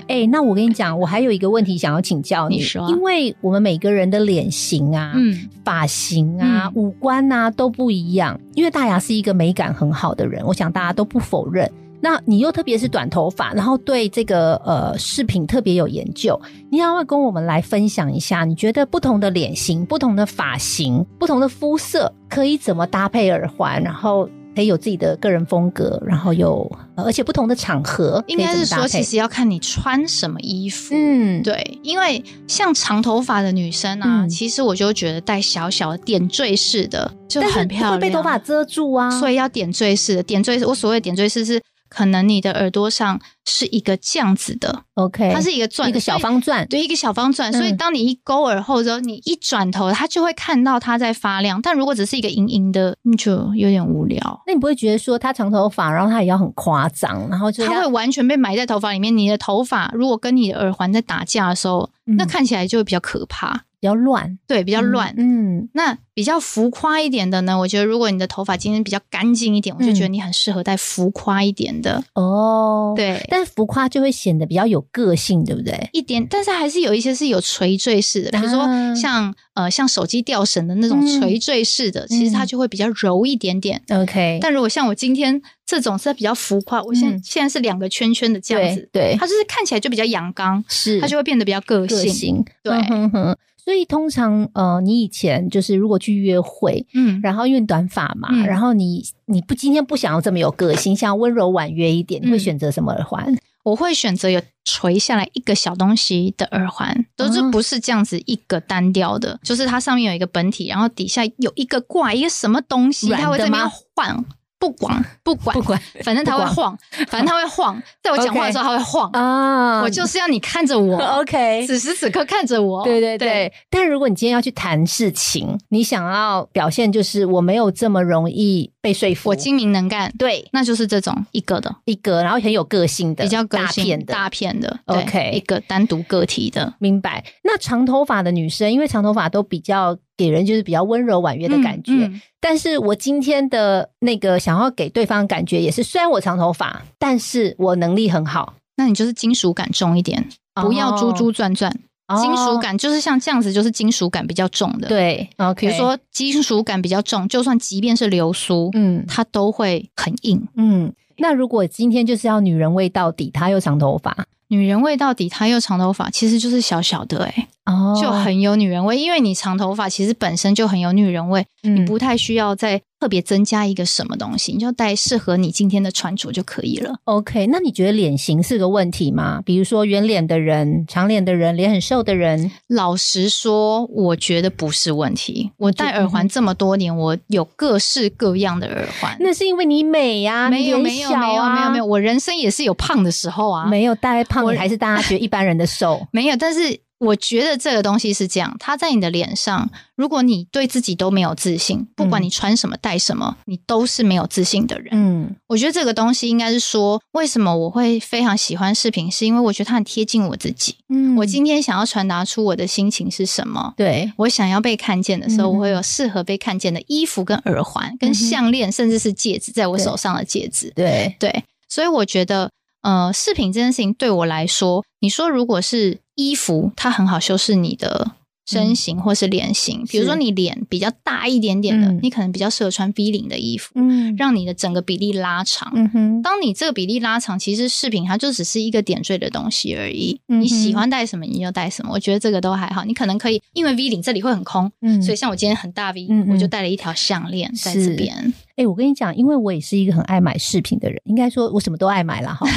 A: 哎、那我跟你讲，我还有一个问题想要请教你，
B: 你说
A: 因为我们每个人的脸型啊、
B: 嗯
A: 发型啊、
B: 嗯
A: 五官啊都不一样。因为大牙是一个美感很好的人，我想大家都不否认。那你又特别是短头发，然后对这个呃饰品特别有研究，你要不要跟我们来分享一下？你觉得不同的脸型、不同的发型、不同的肤色，可以怎么搭配耳环，然后可以有自己的个人风格，然后有呃而且不同的场合，
B: 嗯应该是说，其
A: 其实。
B: 实要看你穿什么衣服。
A: 嗯，
B: 对，因为像长头发的女生啊，
A: 嗯
B: 其实我就觉得戴小小的点缀式的就
A: 但是
B: 很漂
A: 会
B: 亮，
A: 被头发遮住啊，
B: 所以要点缀式的。点缀式，我所谓的点缀式是，可能你的耳朵上是一个这样子的，
A: OK，
B: 它是一个钻，
A: 一个
B: 所以
A: 小方钻，
B: 对，一个小方钻，所以
A: 嗯
B: 当你一勾耳后之后，你一转头，它就会看到它在发亮。但如果只是一个莹莹的，你就有点无聊。
A: 那你不会觉得说他长头发，然后他也要很夸张，然后就
B: 它会
A: 要
B: 完全被埋在头发里面。你的头发如果跟你的耳环在打架的时候，
A: 嗯
B: 那看起来就会比较可怕，
A: 比较乱，
B: 对，比
A: 比
B: 较乱。
A: 嗯，
B: 那比较浮夸一点的呢，我觉得如果你的头发今天比较干净一点，我就
A: 嗯
B: 觉得你很适合戴浮夸一点的，
A: 哦，，
B: 对，
A: 但是浮夸就会显得比较有个性，对不对？
B: 一点。但是还是有一些是有垂坠式的，比如说
A: 啊
B: 像呃像手机吊绳的那种
A: 嗯
B: 垂坠式的，其实它
A: 嗯
B: 就会比较柔一点点。
A: OK，
B: 但如果像我今天这种是比较浮夸，我现在、
A: 嗯
B: 现在是两个圈圈的这
A: 对
B: 样子，
A: 对
B: 它就是看起来就比较阳刚，
A: 是
B: 它就会变得比较个性。
A: 个性，
B: 对
A: 嗯哼哼所以通常呃，你以前就是如果去约会，
B: 嗯，
A: 然后因为你短发嘛，
B: 嗯
A: 然后你你不今天不想要这么有个性，想要温柔婉约一点，你会
B: 嗯
A: 选择什么耳环？
B: 我会选择有垂下来一个小东西的耳环，都是
A: 哦
B: 不是这样子一个单调的，就是它上面有一个本体，然后底下有一个挂一个什么东西，
A: 软的
B: 它会在那边
A: 吗
B: 晃。不管 不管
A: 不管
B: 反正它会
A: 不管
B: 晃，反正它会晃，在我讲话的时候它会晃。
A: 啊
B: 我就是要你看 着我，
A: OK，
B: 此时此刻看着我。
A: 对对对，哦但如果你今天要去谈事情，你想要表现就是我没有这么容易被说服，
B: 我精明能干，
A: 对
B: 那就是这种一个的，
A: 一个，然后很有个性的，
B: 比较个
A: 大
B: 性
A: 片的。
B: 大片的对
A: OK
B: 一个单独个体的。
A: 明白。那长头发的女生，因为长头发都比较给人就是比较温柔婉约的感觉。
B: 嗯嗯
A: 但是我今天的那个想要给对方的感觉也是，虽然我长头发，但是我能力很好，
B: 那你就是金属感重一点，不要珠珠转转。
A: 哦
B: 金属。感就是像这样子，就是金属感比较重的。，
A: 对，OK，
B: 比如说金属感比较重，就算即便是流苏，
A: 嗯
B: 它都会很硬。
A: 嗯，那如果今天就是要女人味到底，她又长头发
B: 女人味到底，她又长头发，其实就是小小的哎、
A: 哦
B: 就很有女人味。因为你长头发其实本身就很有女人味，
A: 你
B: 不太需要再特别增加一个什么东西，你就带适合你今天的穿着就可以了。
A: OK，那你觉得脸型是个问题吗？比如说圆脸的人、长脸的人、脸很瘦的人，
B: 老实说，我觉得不是问题。我戴
A: 嗯
B: 耳环这么多年，我有各式各样的耳环。
A: 那是因为你美呀、
B: 呃没有
A: 你
B: 没
A: 脸
B: 有
A: 小
B: 没有
A: 啊
B: 没有没有，我人生也是有胖的时候啊，
A: 没有大胖，
B: 我
A: 还是大家觉得一般人的 瘦
B: 没有。但是我觉得这个东西是这样，它在你的脸上，如果你对自己都没有自信，不管
A: 嗯
B: 你穿什么戴什么，你都是没有自信的人。
A: 嗯
B: 我觉得这个东西应该是说，为什么我会非常喜欢饰品，是因为我觉得它很贴近我自己。
A: 嗯
B: 我今天想要传达出我的心情是什么，
A: 对
B: 我想要被看见的时
A: 嗯
B: 候，我会有适合被看见的衣服、跟耳环、
A: 嗯哼
B: 跟项链，甚至是戒指，在我
A: 对
B: 手上的戒指。
A: 对
B: 对，所以我觉得，呃，饰品这件事情对我来说，你说如果是衣服，它很好修饰你的身形或是脸型。比如说
A: 嗯是
B: 你脸比较大一点点的，
A: 嗯
B: 你可能比较适合穿 V 领的衣服，
A: 嗯
B: 让你的整个比例拉长。
A: 嗯哼
B: 当你这个比例拉长，其实饰品它就只是一个点缀的东西而已。
A: 嗯哼
B: 你喜欢戴什么你就戴什么，我觉得这个都还好。你可能可以因为 V 领这里会很空，
A: 嗯
B: 所以像我今天很大 V，、
A: 嗯嗯
B: 我就戴了一条项链在这边。
A: 哎、我跟你讲，因为我也是一个很爱买饰品的人，应该说我什么都爱买 啦哈。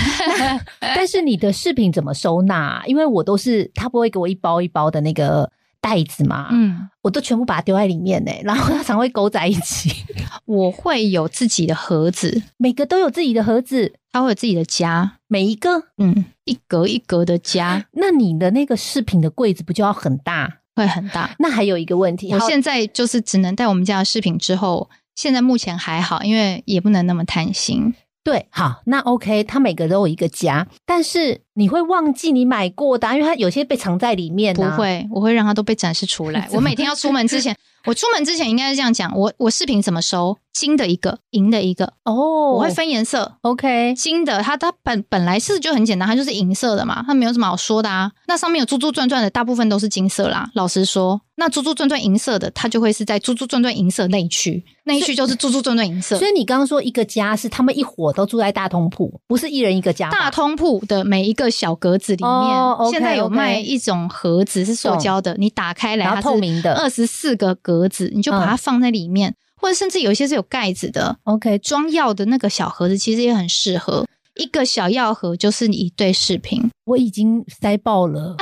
A: 但是你的饰品怎么收纳啊、因为我都是他不会给我一包一包的那个袋子嘛，
B: 嗯，
A: 我都全部把它丢在里面呢、然后它常会勾在一起。
B: 我会有自己的盒子，
A: 每个都有自己的盒子，
B: 它会有自己的家，
A: 每一个。
B: 嗯，一格一格的家
A: 那你的那个饰品的柜子不就要很大？
B: 会很 大。
A: 那还有一个问题，
B: 我
A: 好
B: 现在就是只能戴我们家的饰品之后，现在目前还好，因为也不能那么贪心。
A: 对好，那 OK，它每个都有一个家，但是你会忘记你买过的啊、因为它有些被藏在里面、
B: 不
A: 啊。，
B: 会，我会让它都被展示出 来。我每天要出门之前，我出门之前应该是这样讲：我我饰品怎么收？金的一个，银的一个，
A: 哦，
B: 我会分颜色。
A: OK，
B: 金的它它本本来是就很简单，它就是银色的嘛，它没有什么好说的啊。那上面有珠珠转转的，大部分都是金色啦。老实说，那珠珠转转银色的，它就会是在珠珠转转银色那一区，那一区就是珠珠转转银色
A: 所。以你刚刚说一个家是他们一伙都住在大通铺，不是一人一个家吧。
B: 大通铺的每一个小格子里面，
A: 哦，OK，
B: 现在有
A: OK
B: 卖一种盒子是塑胶的，你打开来
A: 然
B: 它
A: 后
B: 是
A: 透明的嗯
B: 二十四个格子，你就把它放在里面，或者甚至有一些是有盖子的，
A: ，OK，
B: 装药的那个小盒子其实也很适合。一个小药盒就是你一对饰品，
A: 我已经塞爆 了，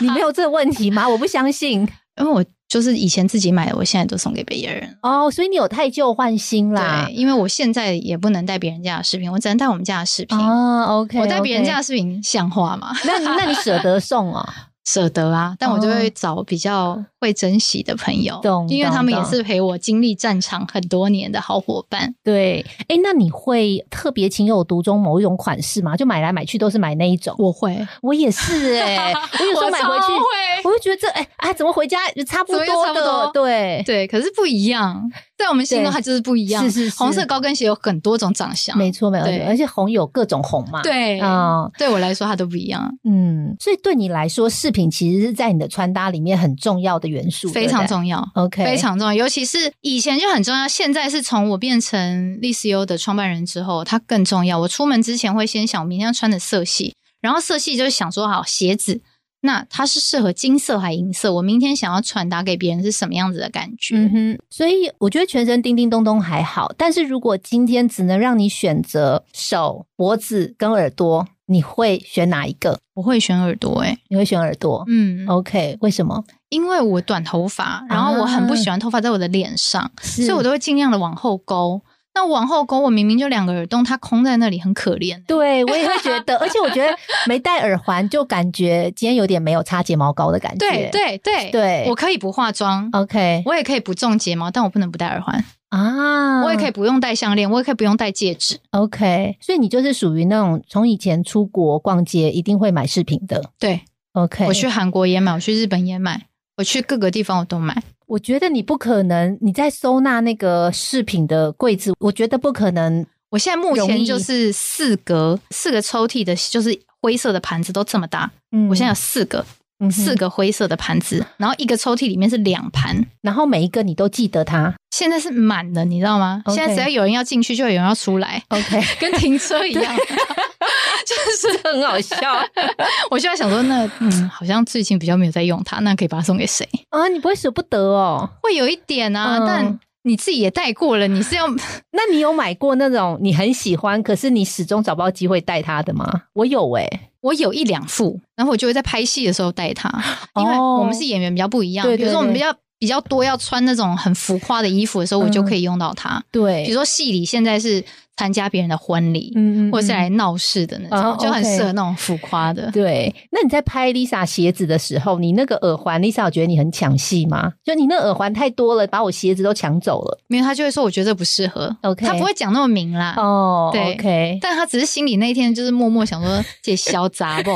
A: 你没有这个问题吗？我不相信
B: 因为我就是以前自己买的，我现在都送给别人。
A: 哦，所以你有太旧换新啦
B: 对，。因为我现在也不能带别人家的饰品，我只能带我们家的饰品。
A: 哦，OK，
B: 我带别人
A: OK
B: 家的饰品像话吗？
A: 那你那你舍得送 哦？
B: 舍得啊，但我就
A: 哦
B: 会找比较会珍惜的朋友，
A: 懂
B: 因为他们
A: 懂
B: 也是陪我经历战场很多年的好伙伴。
A: 对，哎，那你会特别情有独钟某一种款式吗？就买来买去都是买那一种？
B: 我会，
A: 我也 是哎、我有时候买回去
B: 我超，会
A: 我会觉得这哎、啊，怎么回家差不
B: 怎么又
A: 多
B: 差不
A: 的？
B: 多
A: 对，
B: 对，可是不一样，在我们心中
A: 对
B: 它就是不一样。
A: 是是是
B: 红色高跟鞋有很多种长相，
A: 没错没
B: 对
A: 错，而且红有各种红嘛。
B: 对
A: 啊、
B: 对我来说它都不一样，
A: 嗯，所以对你来说，饰品其实是在你的穿搭里面很重要的元素，
B: 非常重要。
A: 要。OK，
B: 非常重要，尤其是以前就很重要，现在是从我变成丽丝优的创办人之后，它更重要。我出门之前会先想我明天要穿的色系，然后色系就是想说好鞋子，那它是适合金色还银色，我明天想要传达给别人是什么样子的感觉。
A: 嗯哼，所以我觉得全身叮叮咚咚还好，但是如果今天只能让你选择手、脖子跟耳朵，你会选哪一个？
B: 我会选耳朵、欸，诶，
A: 你会选耳朵、
B: 嗯，
A: o k 为什么？
B: 因为我短头发，然后我很
A: 啊
B: 不喜欢头发在我的脸上，
A: 所
B: 所以我都会尽量的往后勾。那往后勾，我明明就两个耳洞，它空在那里，很可怜欸、
A: 对我也会觉得，而且我觉得没戴耳环就感觉今天有点没有擦睫毛膏的感觉。
B: 对对对
A: 对嗯
B: 我可以不化妆，
A: ，OK
B: 我也可以不种睫毛，但我不能不戴耳环。
A: 啊，
B: 我也可以不用戴项链，我也可以不用戴戒指。
A: OK，所以你就是属于那种从以前出国逛街一定会买饰品的。
B: 对
A: OK，
B: 我去韩国也买，我去日本也买，我去各个地方我都买。
A: 我觉得你不可能，你在收纳那个饰品的柜子，我觉得不可能。
B: 我现在目
A: 容易
B: 前就是四格四个抽屉的，就是灰色的盘子都这么大。
A: 嗯
B: 我现在有四个，
A: 嗯哼
B: 四个灰色的盘子，然后一个抽屉里面是两盘。
A: 然后每一个你都记得它。
B: 现在是满的，你知道吗
A: OK
B: 现在只要有人要进去，就有人要出来，
A: OK，
B: 跟停车一 样。就是
A: 很好笑
B: 我就在想说，那嗯，好像最近比较没有在用它，那可以把它送给谁？
A: 啊！你不会舍不得哦？
B: 会有一点啊，
A: 嗯
B: 但你自己也带过了，你是要
A: 那你有买过那种你很喜欢，可是你始终找不到机会戴它的吗？我有欸诶、
B: 我有一两副，然后我就会在拍戏的时候带它，因为
A: 哦
B: 我们是演员比较不一样。
A: 对对
B: 比如说我们
A: 对
B: 比较比较多要穿那种很浮夸的衣服的时候，
A: 嗯
B: 我就可以用到它。
A: 对
B: 比如说戏里现在是参加别人的婚礼，
A: 嗯
B: 或者是来闹事的那种，
A: 哦
B: 就很
A: OK
B: 适合那种浮夸的。
A: 对，那你在拍 Lisa 鞋子的时候，你那个耳环，Lisa 有觉得你很抢戏吗？就你那耳环太多了，把我鞋子都抢走了。
B: 没有他就会说我觉得这不适合
A: OK
B: 他不会讲那么明啦。
A: 哦
B: 对
A: ，OK，
B: 但他只是心里那一天就是默默想 说，这小杂不？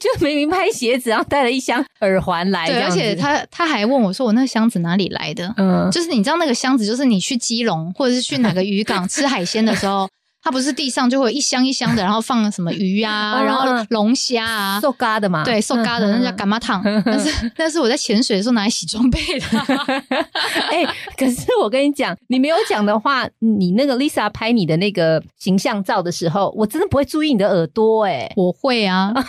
A: 就明明拍鞋子，然后带了一箱耳环来，这
B: 对，
A: 样
B: 而
A: 子
B: 且他他还问我说，我那个箱子哪里来的？
A: 嗯，
B: 就是你知道那个箱子，就是你去基隆或者是去哪个渔港吃海鲜的时候，它不是地上就会有一箱一箱的，然后放什么鱼啊，
A: 嗯
B: 然后龙虾啊，
A: 瘦嘎的嘛，嗯
B: 对，瘦嘎的那叫干妈烫，但是 但是我在潜水的时候拿来洗装备 的，
A: 哎、可是我跟你讲，你没有讲的话，你那个 Lisa 拍你的那个形象照的时候，我真的不会注意你的耳朵、哎，
B: 我会啊。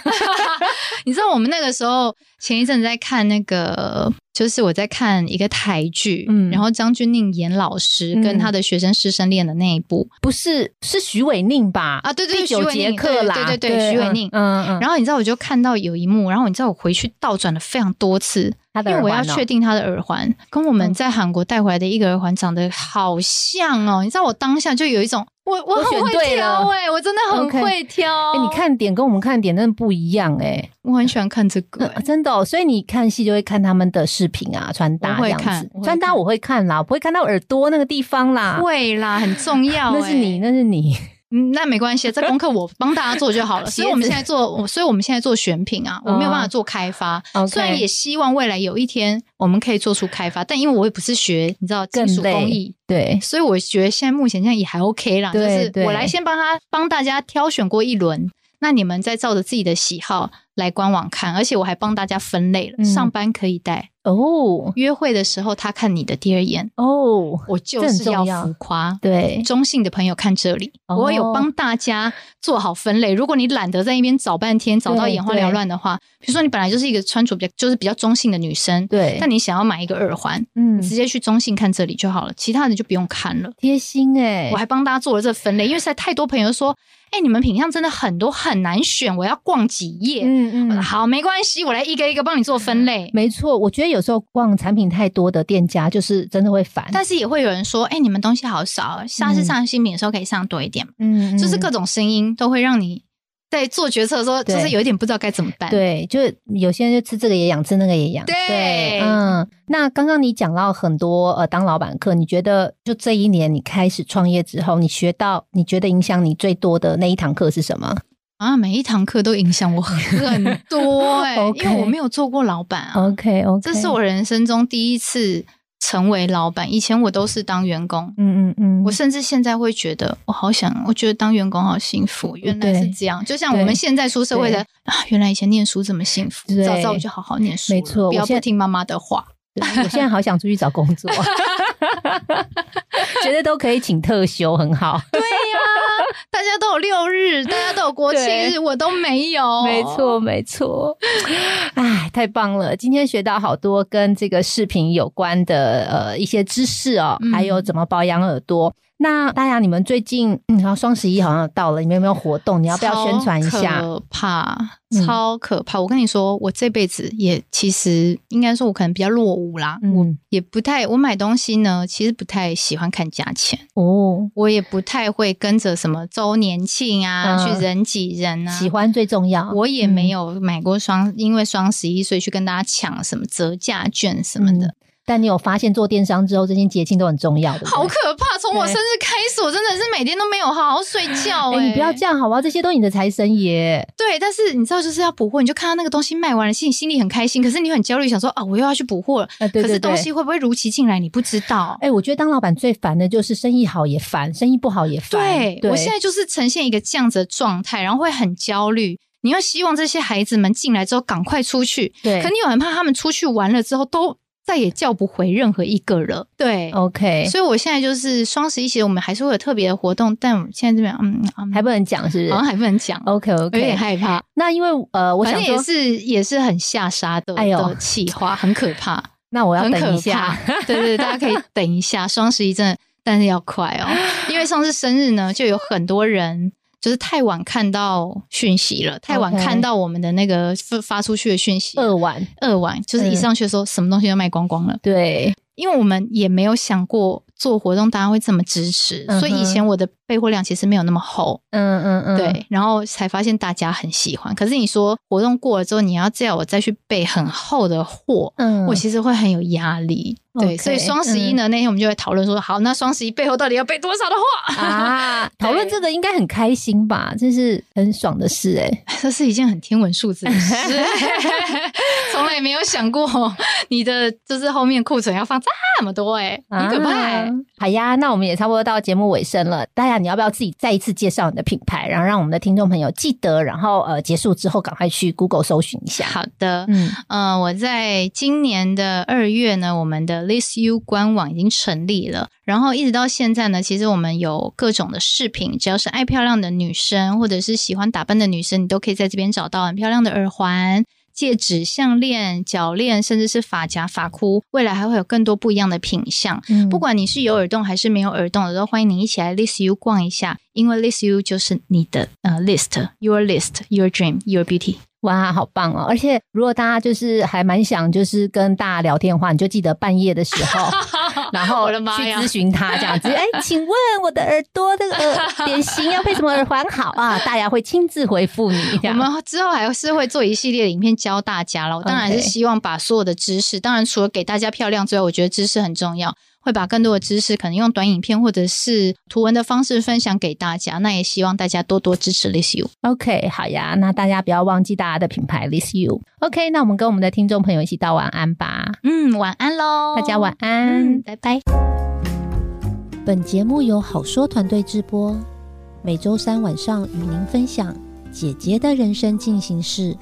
B: 你知道我们那个时候前一阵子在看那个，就是我在看一个台剧，
A: 嗯
B: 然后张钧甯演老师跟他的学生师生恋的那一部、
A: 不是，是徐伟宁吧？
B: 啊，对对
A: 第
B: 对，
A: 九
B: 徐伟
A: 节
B: 宁
A: 课啦，
B: 对对对对，徐伟宁。
A: 嗯嗯，
B: 然后你知道，我就看到有一幕，然后你知道我回去倒转了非常多次，
A: 他的
B: 因为
A: 耳
B: 我
A: 环
B: 要
A: 哦
B: 确定他的耳环跟我们在韩国带回来的一个耳环长得好像哦。你知道我当下就有一种，我我
A: 我选
B: 很会
A: 对
B: 挑
A: 了
B: 哎、我真的很
A: OK
B: 会挑。
A: 哎、你，看点跟我们看点真的不一样哎、
B: 我很喜欢看这 个、
A: 嗯
B: 哎
A: 真的哦、所以你看戏就会看他们的饰品啊、穿
B: 我
A: 搭
B: 会
A: 这样
B: 看
A: 子
B: 我。会
A: 穿搭
B: 看
A: 我会看啦，我不会看到耳朵那个地方啦。
B: 会啦，很重要、
A: 啊 那是你，
B: 哎
A: 那是 你。
B: 嗯，那没关系，这功课我帮大家做就好 了。
A: 鞋子哦
B: 所以我们现在做，我所以我们现在做选品啊，我没有办法做开发。
A: OK
B: 虽然也希望未来有一天我们可以做出开发，但因为我也不是学你知道金
A: 更
B: 属
A: 累
B: 工艺，
A: 对，
B: 所以我觉得现在目前这样也还 OK 啦。就
A: 对
B: 是
A: 对
B: 我来先帮他帮大家挑选过一轮，那你们再照着自己的喜好来官网看，而且我还帮大家分类了，
A: 嗯
B: 上班可以戴，
A: 哦
B: 约会的时候他看你的第二眼，
A: 哦，
B: 我就
A: 这很
B: 是
A: 重
B: 要
A: 要
B: 浮夸。
A: 对，
B: 中性的朋友看这里，
A: 哦
B: 我有帮大家做好分类。如果你懒得在那边找半天，找到眼花缭乱的话，比如说你本来就是一个穿着比较就是比较中性的女生，
A: 对，
B: 但你想要买一个耳环，
A: 嗯
B: 你直接去中性看这里就好了，其他的就不用看了。
A: 贴心哎、
B: 我还帮大家做了这分类，因为实在太多朋友说，哎、你们品相真的很多，很难选，我要逛几页。
A: 嗯嗯，
B: 好，没关系，我来一个一个帮你做分类。
A: 没错，我觉得有时候逛产品太多的店家，就是真的会烦。
B: 但是也会有人说，哎、你们东西好少，下次上新品的时候可以上多一点。
A: 嗯
B: 就是各种声音都会让你在做决策的时候，
A: 对
B: 就是有一点不知道该怎么办。，
A: 对，就是有些人就吃这个也养，吃那个也养。
B: 对
A: 嗯，那刚刚你讲到很多呃，当老板课，你觉得就这一年你开始创业之后，你学到你觉得影响你最多的那一堂课是什么
B: 啊，每一堂课都影响我很 多哎、
A: OK
B: 因为我没有做过老板啊，
A: ？OK OK，
B: 这是我人生中第一次成为老板，以前我都是当员工。
A: 嗯嗯嗯，
B: 我甚至现在会觉得，我好想，我觉得当员工好幸福，原来是
A: 对
B: 这样。就像我们现在出社会的啊，原来以前念书这么幸福，
A: 对
B: 早知道我就好好念书了，
A: 没错
B: 不要
A: 我现
B: 不
A: 在
B: 听妈妈的话。
A: 对我现在好想出去找工作， 觉得都可以请特休，很好。
B: 大家都有六日，大家都有国庆
A: 对
B: 日，我都没有。
A: 没错，没错。哎，太棒了！今天学到好多跟这个视频有关的呃一些知识哦，
B: 嗯
A: 还有怎么保养耳朵。那大家，你们最近嗯，然后双十一好像有到了，你们有没有活动？你要不要宣传一
B: 超
A: 下？
B: 可怕，
A: 嗯
B: 超可怕！我跟你说，我这辈子也其实应该说，我可能比较落伍啦。
A: 嗯，
B: 也不太，我买东西呢，其实不太喜欢看价钱，
A: 哦，
B: 我也不太会跟着什么周年庆啊、
A: 嗯
B: 去人挤人啊。
A: 喜欢最重要。
B: 我也没
A: 嗯，
B: 有买过双，因为双十一所以去跟大家抢什么折价券什么的，
A: 嗯但你有发现做电商之后，这些节庆都很重要，对不对
B: 好可怕！从我
A: 对
B: 生日开始，我真的是每天都没有好好睡觉、欸。
A: 哎、你不要这样好不好？这些都是你的财神爷。
B: 对，但是你知道，就是要补货，你就看到那个东西卖完了，心心里很开心，可是你很焦虑，想说啊，我又要去补货了。
A: 啊，对
B: 可
A: 对
B: 是
A: 对
B: 东。西会不会如期进来，你不知道。
A: 哎、我觉得当老板最烦的就是生意好也 烦，生意不好也烦。
B: 对我现在就是呈现一个这样子的状态，然后会很焦虑。你又希望这些孩子们进来之后赶快出去，
A: 对
B: 可你又很怕他们出去玩了之后都再也叫不回任何一个了。对，
A: 哦 OK，
B: 所以我现在就是双十一，其实我们还是会有特别的活动，但我现在这边嗯，嗯
A: 还不能讲是不
B: 好像
A: 是
B: 还不能讲，
A: ？OK
B: 有点
A: OK，
B: 害 怕。
A: 那因为呃，我
B: 反
A: 想
B: 正
A: 说
B: 也，是也是很下杀的，
A: 哎
B: 哎
A: 呦
B: 呦，的企 划很可怕，
A: 那我要
B: 很
A: 等
B: 可
A: 一下
B: 怕。。 对对，大家可以等一下，双十一真的，但是要快哦，因为上次生日呢，就有很多人。就是太晚看到讯息了，太晚
A: OK
B: 看到我们的那个发发出去的讯息，
A: 二晚，嗯
B: 二晚就是一上去的时候，什么东西都卖光光了。
A: 对，
B: 因为我们也没有想过做活动大家会这么支持，
A: 嗯哼
B: 所以以前我的备货量其实没有那么厚，
A: 嗯嗯嗯，
B: 对，然后才发现大家很喜欢。可是你说活动过了之后，你要叫我再去备很厚的货。
A: 嗯，
B: 我其实会很有压力，对
A: OK，
B: 所以双十一呢、那天我们就会讨论说，好，那双十一背后到底要备多少的货？
A: 啊，
B: 对
A: 讨论这个应该很开心吧？这是很爽的事哎、
B: 这是一件很天文数字的事， 从来没有想过你的就是后面库存要放这么多、欸， 哎，很可怕、欸
A: 啊。好呀，那我们也差不多到节目尾声了。大家，你要不要自己再一次介绍你的品牌，然后让我们的听众朋友记得，然后呃，结束之后赶快去 Google 搜寻一下。
B: 好的，
A: 嗯，
B: 呃，我在今年的二月呢，我们的 List You 官网已经成立了，然后一直到现在呢，其实我们有各种的饰品，只要是爱漂亮的女生或者是喜欢打扮的女生，你都可以在这边找到很漂亮的耳环。戒指、项链、脚链，甚至是发夹、发箍，未来还会有更多不一样的品相。
A: 嗯
B: 不管你是有耳洞还是没有耳洞的，都欢迎你一起来 List You 逛一下，因为 List You 就是你的呃 list，your list，your dream，your beauty。
A: 哇，好棒哦！而且如果大家就是还蛮想就是跟大家聊天的话，你就记得半夜的时 候，然后
B: 我
A: 去
B: 的妈呀
A: 咨询他这样子。哎，请问我的耳朵这个耳脸型要配什么耳环好啊？大家会亲自回复你。这
B: 我
A: 样
B: 们之后还是会做一系列的影片教大家了。我当然
A: OK
B: 是希望把所有的知识，当然除了给大家漂亮之外，我觉得知识很重要，会把更多的知识可能用短影片或者是图文的方式分享给大家。那也希望大家多多支持 Liss You。
A: OK，好呀，那大家不要忘记大家的品牌 List You。OK，那我们跟我们的听众朋友一起道晚安吧，
B: 嗯，晚安喽，
D: 哦
A: 大家晚安。
B: 安，拜拜。
D: 嗯本节目由好说团队制播，每周三晚上与您分享姐姐的人生进行式。